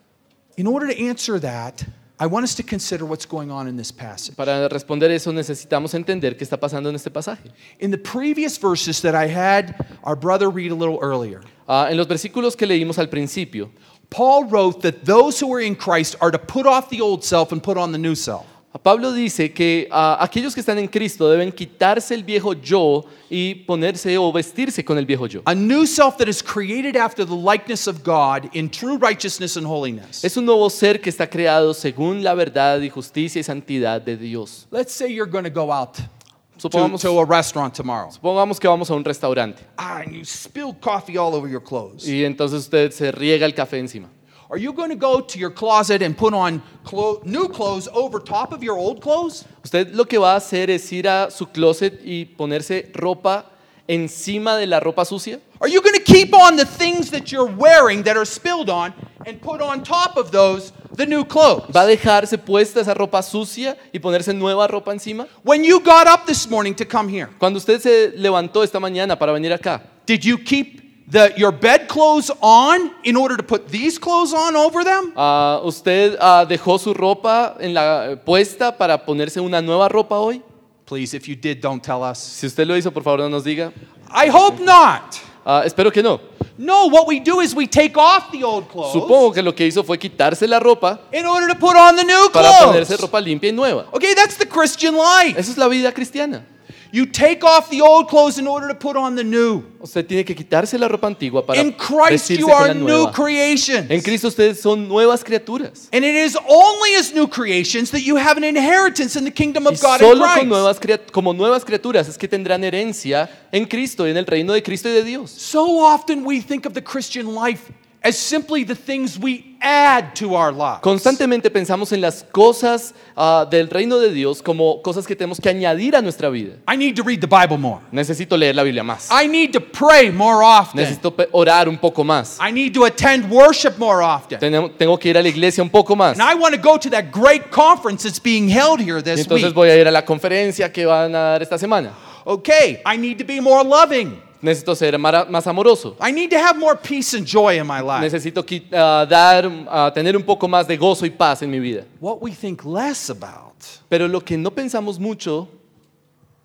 In order to answer that, I want us to consider what's going on in this passage.
Para responder eso necesitamos entender qué está pasando en este pasaje.
In the previous verses that I had our brother read a little earlier,
Ah, en los versículos que leímos al principio,
Paul wrote that those who are in Christ are to put off the old self and put on the new self.
Pablo dice que ah, aquellos que están en Cristo deben quitarse el viejo yo y ponerse o vestirse con el viejo yo.
A new self that is created after the likeness of God in true righteousness and holiness.
Es un nuevo ser que está creado según la verdad y justicia y santidad de Dios.
Let's say you're going to go out to,
Supongamos-
to a restaurant tomorrow.
Supongamos que vamos a un restaurante
Ah, and you spilled coffee all over your clothes.
y entonces usted se riega el café encima.
Are you going to go to your closet and put on clo- new clothes over top of your old clothes?
Usted lo que va a hacer es ir a su closet y ponerse ropa encima de la ropa sucia.
Are you going to keep on the things that you're wearing that are spilled on and put on top of those the new clothes?
¿Va a dejarse puesta esa ropa sucia y ponerse nueva ropa encima?
When you got up this morning to come here,
Cuando usted se levantó esta mañana para venir acá,
did you keep the, your bed clothes on in order to put these clothes on over them?
ah, ¿usted ah, dejó su ropa en la, eh, puesta para ponerse una nueva ropa hoy?
Please, if you did, don't tell us.
Si usted lo hizo, por favor, no nos diga.
I hope not.
Ah, espero que no.
No, what we do is we take off the old clothes
Supongo que lo que hizo fue quitarse la ropa
in order to put on the new
para ponerse
clothes.
ropa limpia y nueva.
Okay, that's the Christian life.
Esa es la vida cristiana.
You take off the old clothes in order to put on the new.
Usted tiene que quitarse la ropa antigua para
In Christ,
vestirse
you
con
are
la
new
nueva.
creations.
En Cristo ustedes son nuevas criaturas.
And it is only as new creations that you have an inheritance in the kingdom
Y
of God in
solo con
Christ.
nuevas, cria- como nuevas criaturas es que tendrán herencia en Cristo y en el reino de Cristo y de Dios.
So often we think of the Christian life as simply the things we add to our lives.
Constantemente pensamos en las cosas ah, del reino de Dios como cosas que tenemos que añadir a nuestra vida.
I need to read the Bible more.
Necesito leer la Biblia más.
I need to pray more often.
Necesito pe- orar un poco más.
I need to attend worship more often.
Tenemos- Tengo que ir a la iglesia un poco más.
And I want to go to that great conference that's being held here
Y
this
entonces
week.
voy a ir a la conferencia que van a dar esta semana.
Okay, I need to be more loving.
Necesito ser mara- más amoroso.
I need to have more peace and joy in my life.
Necesito qui- ah, dar, ah, tener un poco más de gozo y paz en mi vida.
What we think less about
Pero lo que no pensamos mucho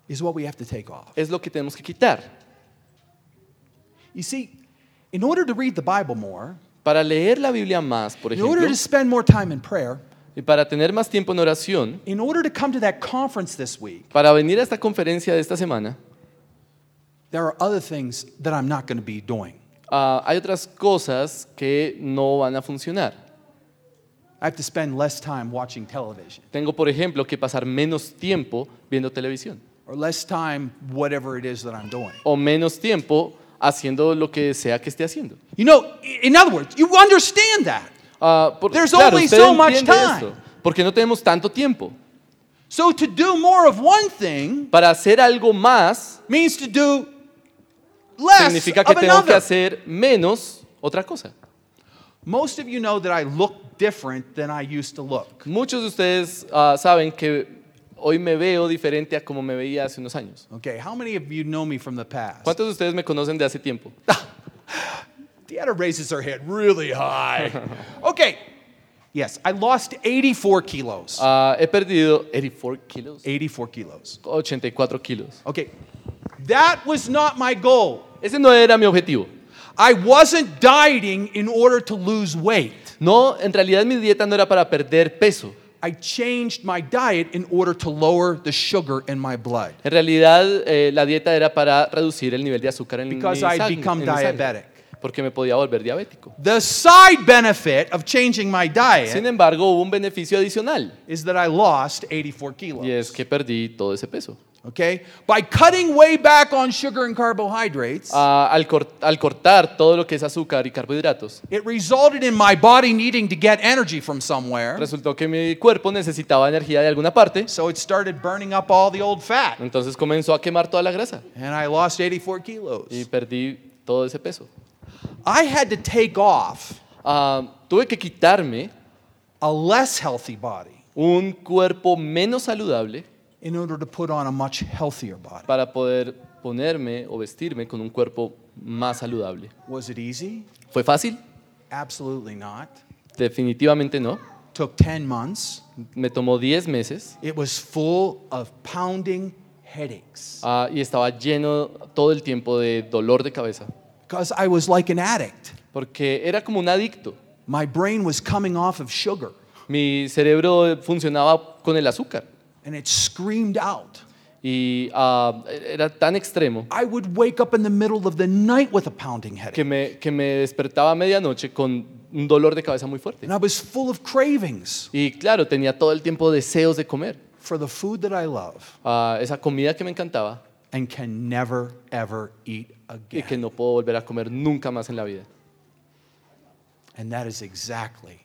is what we have to take off.
es lo que tenemos que quitar.
You see, in order to read the Bible more,
Para leer la Biblia más, por
in order
ejemplo,
to spend more time in prayer,
y para tener más tiempo en oración,
in order to come to that conference this week,
para venir a esta conferencia de esta semana,
there are other things that I'm not going to be doing.
ah, hay otras cosas que no van a funcionar.
I have to spend less time watching television
Tengo, por ejemplo, que pasar menos tiempo viendo televisión
or less time whatever it is that I'm doing.
o menos tiempo haciendo lo que sea que esté haciendo.
You know, i- in other words, you understand that.
Ah, por-
There's
claro,
only
usted
so much
entiende
time.
esto, porque no tenemos tanto tiempo.
So to do more of one thing
Para hacer algo más
means to do less
significa que
of
tengo que
another.
hacer menos otra cosa.
Most of you know that I look different than I used to look.
Muchos de ustedes ah, saben que hoy me veo diferente a como me veía hace unos años.
Okay, how many of you know me from the past?
¿Cuántos de ustedes me conocen de hace tiempo?
Deanna raises her head really high. okay, Yes, I lost 84 kilos.
Ah, he perdido 84 kilos.
84 kilos.
84 kilos.
Okay, that was not my goal.
Ese no era mi objetivo.
I wasn't dieting in order to lose weight.
No, en realidad mi dieta no era para perder peso.
I changed my diet in order to lower the sugar in my blood
En realidad eh, la dieta era para reducir el nivel de azúcar en
because
mi
I
sang-
had become
en mi sangre,
diabetic.
Porque me podía volver diabético.
The side benefit of changing my
Sin
diet
embargo, hubo un beneficio adicional
is that I lost 84 kilos.
y es que perdí todo ese peso.
Okay? By cutting way back on sugar and carbohydrates,
Ah, al, cor- al cortar todo lo que es azúcar y carbohidratos,
it resulted in my body needing to get energy from somewhere.
resultó que mi cuerpo necesitaba energía de alguna parte,
So it started burning up all the old fat.
entonces comenzó a quemar toda la grasa
And I lost 84
y
kilos.
perdí todo ese peso.
I had to take off
Ah, tuve que quitarme
a less healthy body
un cuerpo menos saludable
in order to put on a much healthier body.
para poder ponerme o vestirme con un cuerpo más saludable.
Was it easy?
¿Fue fácil?
Absolutely not.
Definitivamente no.
Took 10 months.
Me tomó 10 meses
It was full of pounding headaches
ah, y estaba lleno todo el tiempo de dolor de cabeza,
because I was like an addict.
porque era como un adicto.
My brain was coming off of sugar
Mi cerebro funcionaba con el azúcar
and it screamed out.
y ah, era tan extremo
I would wake up in the middle of the night with a pounding headache.
que me, que me despertaba a medianoche con un dolor de cabeza muy fuerte.
And I was full of cravings
Y claro, tenía todo el tiempo deseos de comer,
for the food that I love
ah, esa comida que me encantaba
and can never, ever eat
y que
again.
no puedo volver a comer nunca más en la vida.
And that is exactly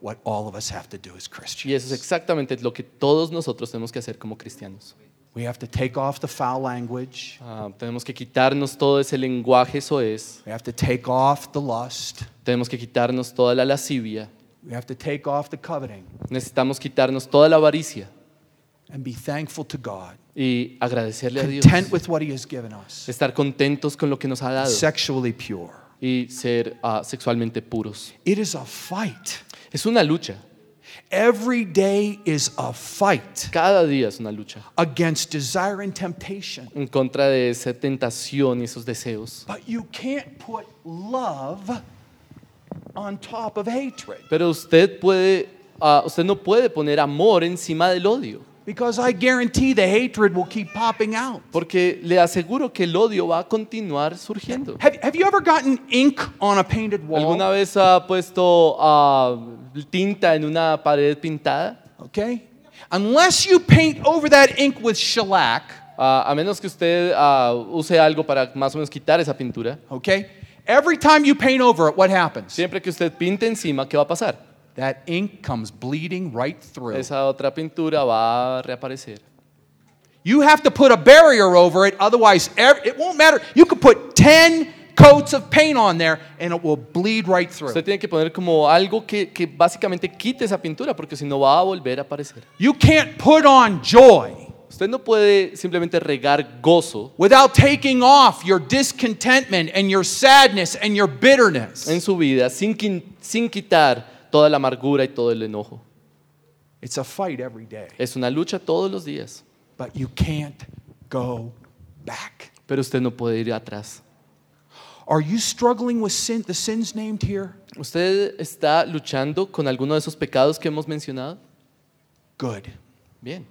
what all of us have to do as
Y
Christians.
eso es exactamente lo que todos nosotros tenemos que hacer como cristianos.
We have to take off the foul language,
Ah, tenemos que quitarnos todo ese lenguaje eso es.
we have to take off the lust,
Tenemos que quitarnos toda la lascivia.
we have to take off the coveting,
Necesitamos quitarnos toda la avaricia
and be thankful to God,
y agradecerle a Dios.
content with what He has given us,
Estar contentos con lo que nos ha dado
sexually pure.
y ser ah, sexualmente puros.
It is a fight.
Es una lucha.
Every day is a fight
Cada día es una lucha
against desire and temptation.
en contra de esa tentación y esos deseos.
But you can't put love on top of hatred.
Pero usted puede, ah, usted no puede poner amor encima del odio,
Because I guarantee the hatred will keep popping out.
porque le aseguro que el odio va a continuar surgiendo.
Have, have you ever gotten ink on a painted
¿Alguna
wall?
vez ha puesto ah, tinta en una pared pintada?
Okay? Unless you paint over that ink with shellac,
Ah, a menos que usted ah, use algo para más o menos quitar esa pintura.
okay? Every time you paint over it, what happens?
Siempre que usted pinte encima, ¿qué va a pasar?
That ink comes bleeding right through.
Esa otra pintura va a reaparecer.
You have to put a barrier over it, otherwise, ev- it won't matter. You could put 10 coats of paint on there and it will bleed right through.
Usted tiene que poner como algo que, que básicamente quite esa pintura, porque si no va a volver a aparecer.
You can't put on joy
Usted no puede simplemente regar gozo
without taking off your discontentment and your sadness and your bitterness.
en su vida sin, quin- sin quitar toda la amargura y todo el enojo.
It's a fight every day,
Es una lucha todos los días,
but you can't go back.
pero usted no puede ir atrás.
Are you struggling with sin, the sins named here?
¿Usted está luchando con alguno de esos pecados que hemos mencionado?
Good.
Bien,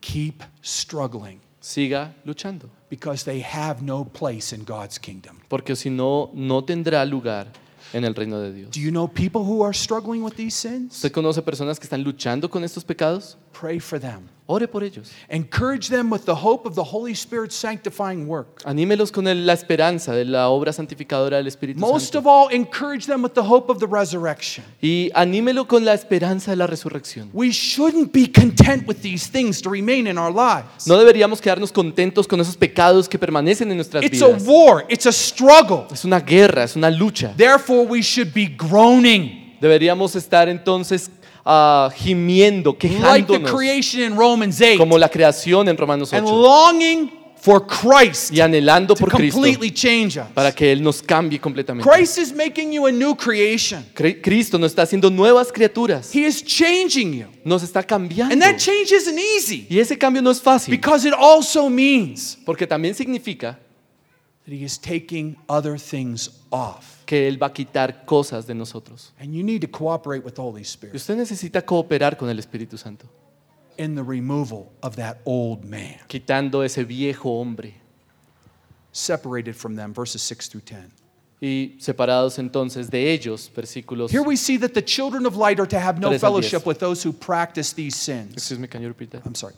Keep struggling
siga luchando,
because they have no place in God's kingdom.
porque si no, no tendrá lugar en el reino de Dios.
Do you know people who are struggling with these sins?
¿Usted conoce personas que están luchando con estos pecados?
Pray for them.
Ore por ellos.
Encourage them with the hope of the Holy Spirit's sanctifying work.
Anímelos con el- la esperanza de la obra santificadora del Espíritu
Most
Santo.
of all, encourage them with the hope of the resurrection.
Y anímelo con la esperanza de la resurrección.
We shouldn't be content with these things to remain in our lives.
No deberíamos quedarnos contentos con esos pecados que permanecen en nuestras
It's a
vidas.
war, it's a struggle.
Es una guerra, es una lucha.
Therefore, we should be groaning
Deberíamos estar entonces ah, gimiendo,
like the
quejándonos,
creation in Romans 8
como la creación en Romanos
and
8,
longing for Christ
y anhelando
to
por Cristo
completely change us.
para que Él nos cambie completamente.
Christ is making you a new creation.
Cre- Cristo nos está haciendo nuevas criaturas,
He is changing you.
nos está
And
cambiando.
that change isn't easy
Y ese cambio no es fácil,
because it also means
porque también significa
that He is taking other things off.
que Él va a quitar cosas de nosotros.
And you need to cooperate with the Holy
Y
Spirit
usted necesita cooperar con el Espíritu Santo,
in the removal of that old man,
quitando ese viejo hombre.
separated from them, verses 6 through 10.
Y separados entonces de ellos, versículos...
Here we see that the children of light are to have no
Tres al
fellowship
diez.
with those who practice these sins.
Excuse me, can you repeat that?
I'm sorry.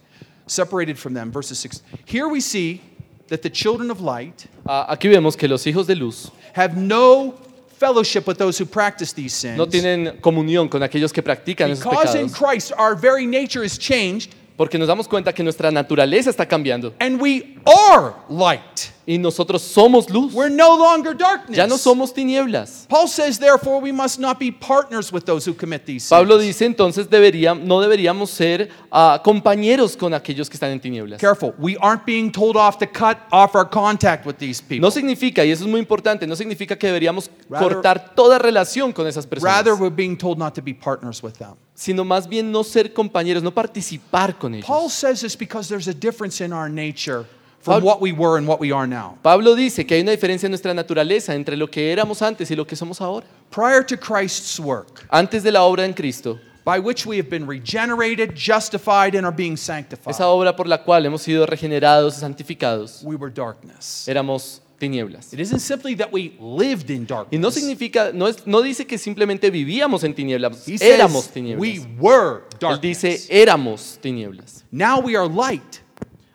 Separated from them, verses 6. Here we see that the children of light
Ah, aquí vemos que los hijos de luz
have no fellowship with those who practice these sins.
no tienen comunión con aquellos que practican esos
because in
pecados,
Christ our very nature is changed
porque nos damos cuenta que nuestra naturaleza está cambiando
and we are light.
y nosotros somos luz,
We're no longer darkness.
ya no somos tinieblas.
Paul says, therefore, we must not be partners with those who commit these sins.
Pablo dice entonces debería- no deberíamos ser ah, compañeros con aquellos que están en tinieblas.
Careful, we aren't being told off to cut off our contact with these people.
No significa, y eso es muy importante, no significa que deberíamos
Rather-
cortar toda relación con esas personas,
Rather, we're being told not to be partners with them.
sino más bien no ser compañeros, no participar con ellos.
Paul says this because there's a difference in our nature from
Pablo-
what we were and what we are now.
Pablo dice que hay una diferencia en nuestra naturaleza entre lo que éramos antes y lo que somos ahora.
Prior to Christ's work,
Antes de la obra en Cristo,
by which we have been regenerated, justified, and are being sanctified,
esa obra por la cual hemos sido regenerados y santificados,
we were darkness.
éramos tinieblas.
It isn't simply that we lived in
Y no
darkness.
significa, no, es- no dice que simplemente vivíamos en tinieblas,
He
éramos
says
tinieblas.
we were
Él
darkness.
dice, éramos tinieblas.
now we are light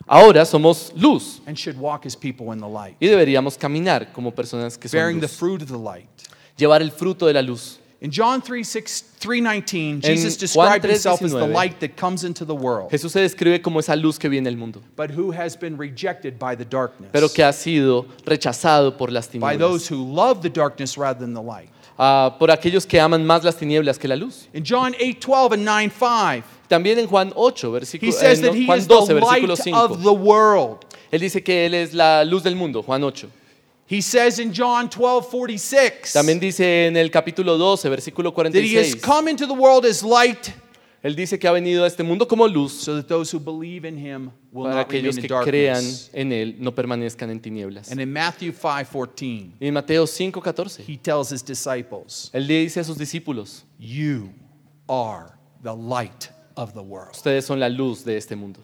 Ahora somos luz
and should walk as people in the light,
y deberíamos caminar como personas que son
bearing the
luz.
fruit of the light.
Llevar el fruto de la luz.
In John 3, 6, 319,
En
Jesus
Juan
described himself as the
3:19.
light that comes into the world,
Jesús se describe como esa luz que viene al mundo,
but who has been rejected by the darkness.
pero que ha sido rechazado por las
by
tinieblas,
those who love the darkness rather than the light.
ah, por aquellos que aman más las tinieblas que la luz.
In John 8, 12 and 9, 5,
También en Juan 8,
he
versículo, eh,
says that he
Juan
is the
12,
light
versículo
of
5.
the world.
Él dice que Él es la luz del mundo, Juan 8.
He says in John 12, 46,
También
that
dice en el capítulo 12, versículo
he has
46,
come into the world as light
Él dice que ha venido a este mundo como luz
so that those who believe in him will
para
not
aquellos
remain in
que crean
darkness.
en Él no permanezcan en tinieblas.
And in Matthew 5, 14,
Y en Mateo 5, 14.
he tells his disciples,
Él le dice a sus discípulos,
You are the light of the world.
ustedes son la luz de este mundo.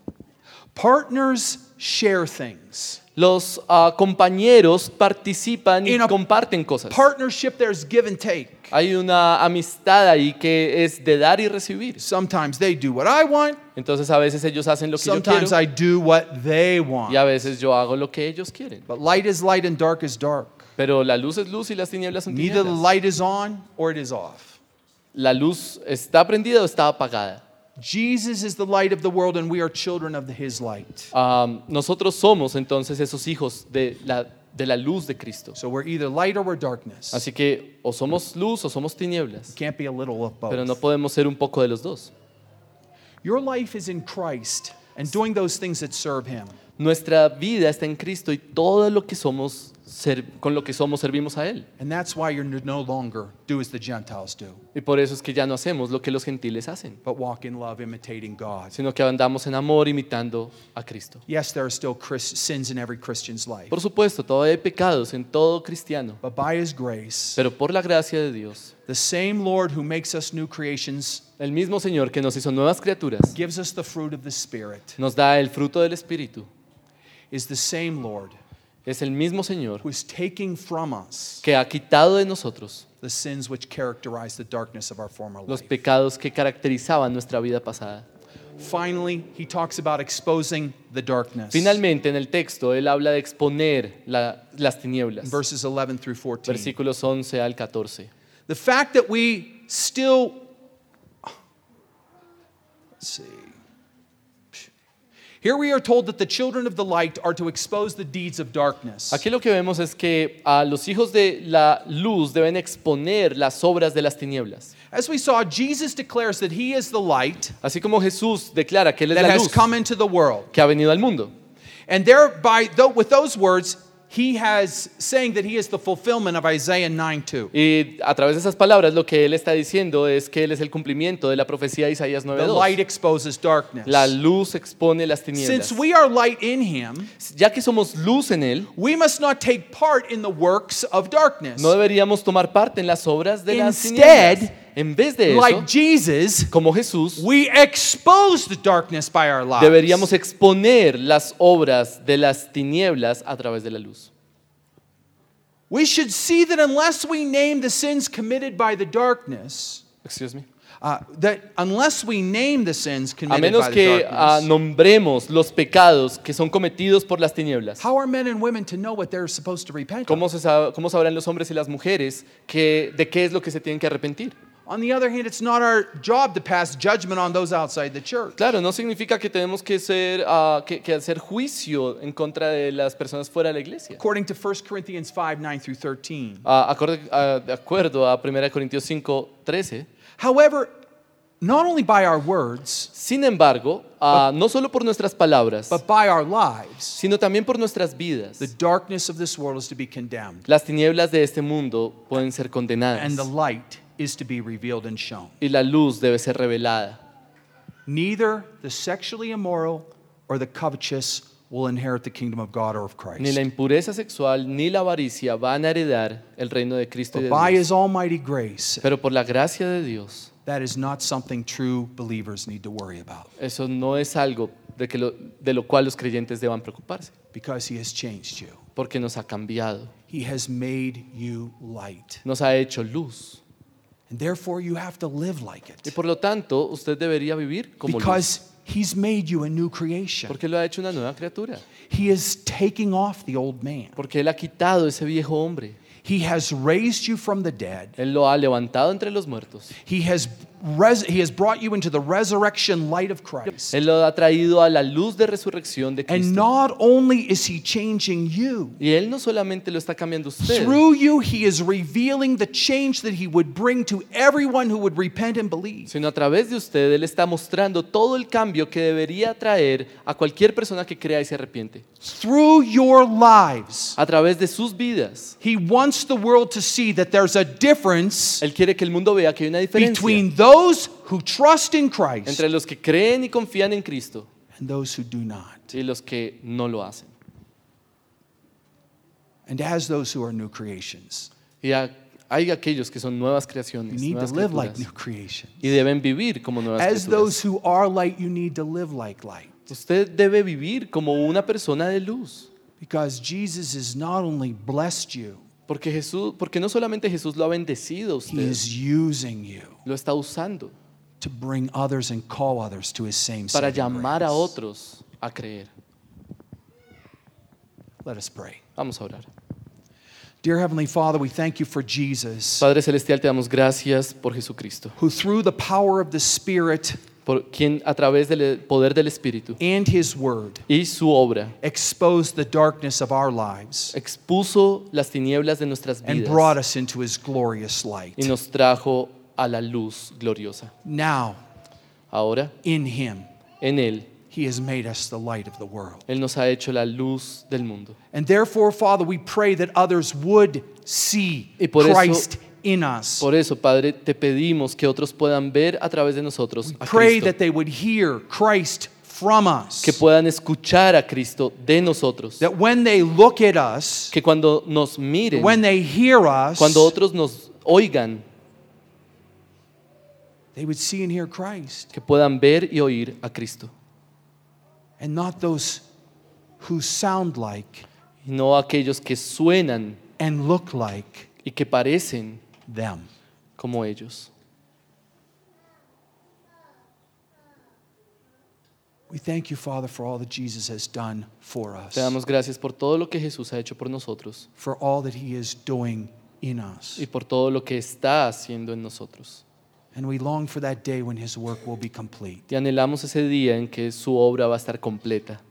Partners share things.
Los ah, compañeros participan y
In a-
comparten cosas.
Partnership, there's give and take.
Hay una amistad ahí que es de dar y recibir.
Sometimes they do what I want,
Entonces a veces ellos hacen lo que yo
sometimes
quiero
I do what they want.
y a veces yo hago lo que ellos quieren.
But light is light and dark is dark.
Pero la luz es luz y las tinieblas son
Neither the
tinieblas.
light is on or it is off.
La luz está prendida o está apagada.
Jesus is the light of the world and we are children of his light.
Ah, nosotros somos entonces esos hijos de la, de la luz de Cristo.
So we're either light or we're darkness.
Así que o somos luz o somos tinieblas,
Can't be a little of both.
pero no podemos ser un poco de los dos.
Your life is in Christ and doing those things that serve him.
Nuestra vida está en Cristo y todo lo que somos ser- con lo que somos servimos a él.
And that's why you're no longer do as the Gentiles do,
Y por eso es que ya no hacemos lo que los gentiles hacen,
but walk in love, imitating God.
sino que andamos en amor imitando a Cristo.
Yes, there are still Chris- sins in every Christian's life,
Por supuesto, todavía hay pecados en todo cristiano,
but by his grace,
pero por la gracia de Dios,
the same Lord who makes us new creations
el mismo Señor que nos hizo nuevas criaturas,
gives us the fruit of the Spirit
nos da el fruto del Espíritu.
is the same Lord
Es el mismo Señor
who is taking from us
que ha quitado de nosotros
the sins which characterize the darkness of our former
los
life.
pecados que caracterizaban nuestra vida pasada.
Finally, he talks about exposing the darkness.
Finalmente, en el texto, él habla de exponer la- las tinieblas.
verses 11 through 14.
Versículos 11 al 14.
The fact that we still Let's see. Here we are told that the children of the light are to expose the deeds of darkness.
Aquí lo que vemos es que a los hijos de la luz deben exponer las obras de las tinieblas.
As we saw, Jesus declares that he is the light
Así como Jesús declara que Él es
that
la
has
luz
come into the world.
que ha venido al mundo.
And thereby, though, with those words, he has saying that he is the fulfillment of Isaiah 9 2.
Y a través de esas palabras lo que él está diciendo es que él es el cumplimiento de la profecía de Isaías
The light
9.2.
exposes darkness.
La luz expone las
Since
tinieblas.
we are light in him,
Ya que somos luz en él,
we must not take part in the works of darkness.
no deberíamos tomar parte en las obras de las
Instead,
tinieblas. En vez de eso,
Like Jesus,
como Jesús,
we expose the darkness by our lives.
deberíamos exponer las obras de las tinieblas a través de la luz.
We should see that unless we name the sins committed by the darkness,
Excuse me.
uh, that unless we name the sins
A
committed
menos
by the
que ah,
darkness,
nombremos los pecados que son cometidos por las tinieblas.
how are men and women to know what they're supposed to repent of?
¿Cómo, se sab- cómo sabrán los hombres y las mujeres que, de qué es lo que se tienen que arrepentir?
On the other hand, it's not our job to pass judgment on those outside the church.
Claro, no significa que tenemos que, ser, ah, que, que hacer juicio en contra de las personas fuera de la iglesia.
According to 1 Corinthians 5 9 through 13.
Ah, acorde- ah, de acuerdo a 1 Corintios 5, 13.
However, not only by our words,
Sin embargo, ah, no solo por nuestras palabras,
but by our lives,
sino también por nuestras vidas,
the darkness of this world is to be condemned,
las tinieblas de este mundo pueden ser condenadas
and the light is to be revealed and shown.
y la luz debe ser revelada.
Neither the sexually immoral or the covetous will inherit the kingdom of God or of
Ni
Christ.
la impureza sexual ni la avaricia van a heredar el reino de Cristo y
But
de
by
Dios.
his almighty grace,
Pero por la gracia de Dios,
that is not something true believers need to worry about
eso no es algo de, que lo, de lo cual los creyentes deban preocuparse,
because he has changed you.
porque nos ha cambiado,
He has made you light.
nos ha hecho luz.
And therefore, you have to live like
Y
it
por lo tanto, usted debería vivir como luz,
because he's made you a new creation.
porque lo ha hecho una nueva criatura,
He is taking off the old man.
porque Él ha quitado ese viejo hombre,
He has raised you from the dead.
Él lo ha levantado entre los muertos,
He has, res- he has brought you into the resurrection light of Christ.
Él lo ha traído a la luz de resurrección de
And
Cristo.
not only is he changing you,
Y Él no solamente lo está cambiando a usted,
through you, he is revealing the change that he would bring to everyone who would repent and believe.
sino a través de usted Él está mostrando todo el cambio que debería traer a cualquier persona que crea y se arrepiente.
Through your lives,
A través de sus vidas,
he wants the world to see that there's a difference
Él quiere que el mundo vea que hay una diferencia
between those who trust in Christ
entre los que creen y confían en Cristo
and those who do not,
y los que no lo hacen.
and as those who are new creations.
Y a- hay aquellos que son nuevas
You
creaciones
need to
nuevas
live like new
criaturas,
creation.
y deben vivir como nuevas
As
criaturas.
those who are light, you need to live like light.
Usted debe vivir como una persona de luz,
Because Jesus has not only blessed you,
porque Jesús, porque no solamente Jesús lo ha bendecido a
He
usted,
is using you
lo está usando
to bring others and call others to His same
para
saving
llamar a
grace.
otros a creer.
Let us pray.
Vamos a orar.
Dear Heavenly Father, we thank you for Jesus,
Padre Celestial, te damos gracias por Jesucristo,
who through the power of the Spirit
por quien a través del poder del Espíritu
and His Word
y su obra
exposed the darkness of our lives
expuso las tinieblas de nuestras
and brought
vidas
us into His glorious
y
light.
nos trajo a la luz gloriosa.
Now,
Ahora,
in Him,
en Él,
He has made us the light of the world.
Él nos ha hecho la luz del mundo.
And therefore, Father, we pray that others would see
Y por eso-
Christ in us.
Por eso, Padre, te pedimos que otros puedan ver a través de nosotros a
Pray
Cristo,
that they would hear Christ from us.
que puedan escuchar a Cristo de nosotros,
That when they look at us,
que cuando nos miren,
when they hear us,
cuando otros nos oigan,
they would see and hear Christ
que puedan ver y oír a Cristo.
and not those who sound like
y no aquellos que suenan
and look like
y que parecen
them.
como ellos.
We thank you, Father, for all that Jesus has done for us,
Te damos gracias por todo lo que Jesús ha hecho por nosotros
for all that He is doing in us.
y por todo lo que está haciendo en nosotros.
And we long for that day when His work will be complete.
Te anhelamos ese día en que su obra va a estar completa.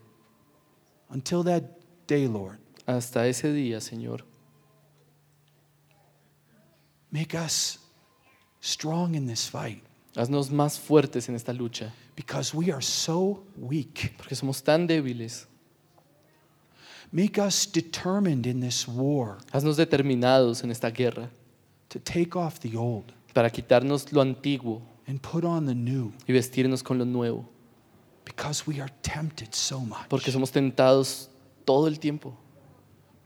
Until that day, Lord,
Hasta ese día, Señor,
make us strong in this fight
haznos más fuertes en esta lucha,
because we are so weak.
porque somos tan débiles.
Make us determined in this war
Haznos determinados en esta guerra
to take off the old
para quitarnos lo antiguo
and put on the new
y vestirnos con lo nuevo,
because we are tempted so much.
porque somos tentados todo el tiempo.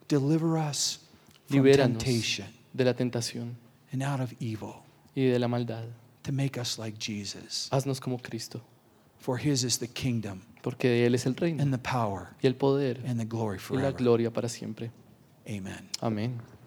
Deliver us from
Libéranos
temptation
de la tentación
and out of evil
y de la maldad.
to make us like Jesus.
Haznos como Cristo,
For his is the kingdom
porque de Él es el reino
and the power
y el poder
and the glory
y la
forever.
gloria para siempre.
Amen.
Amén.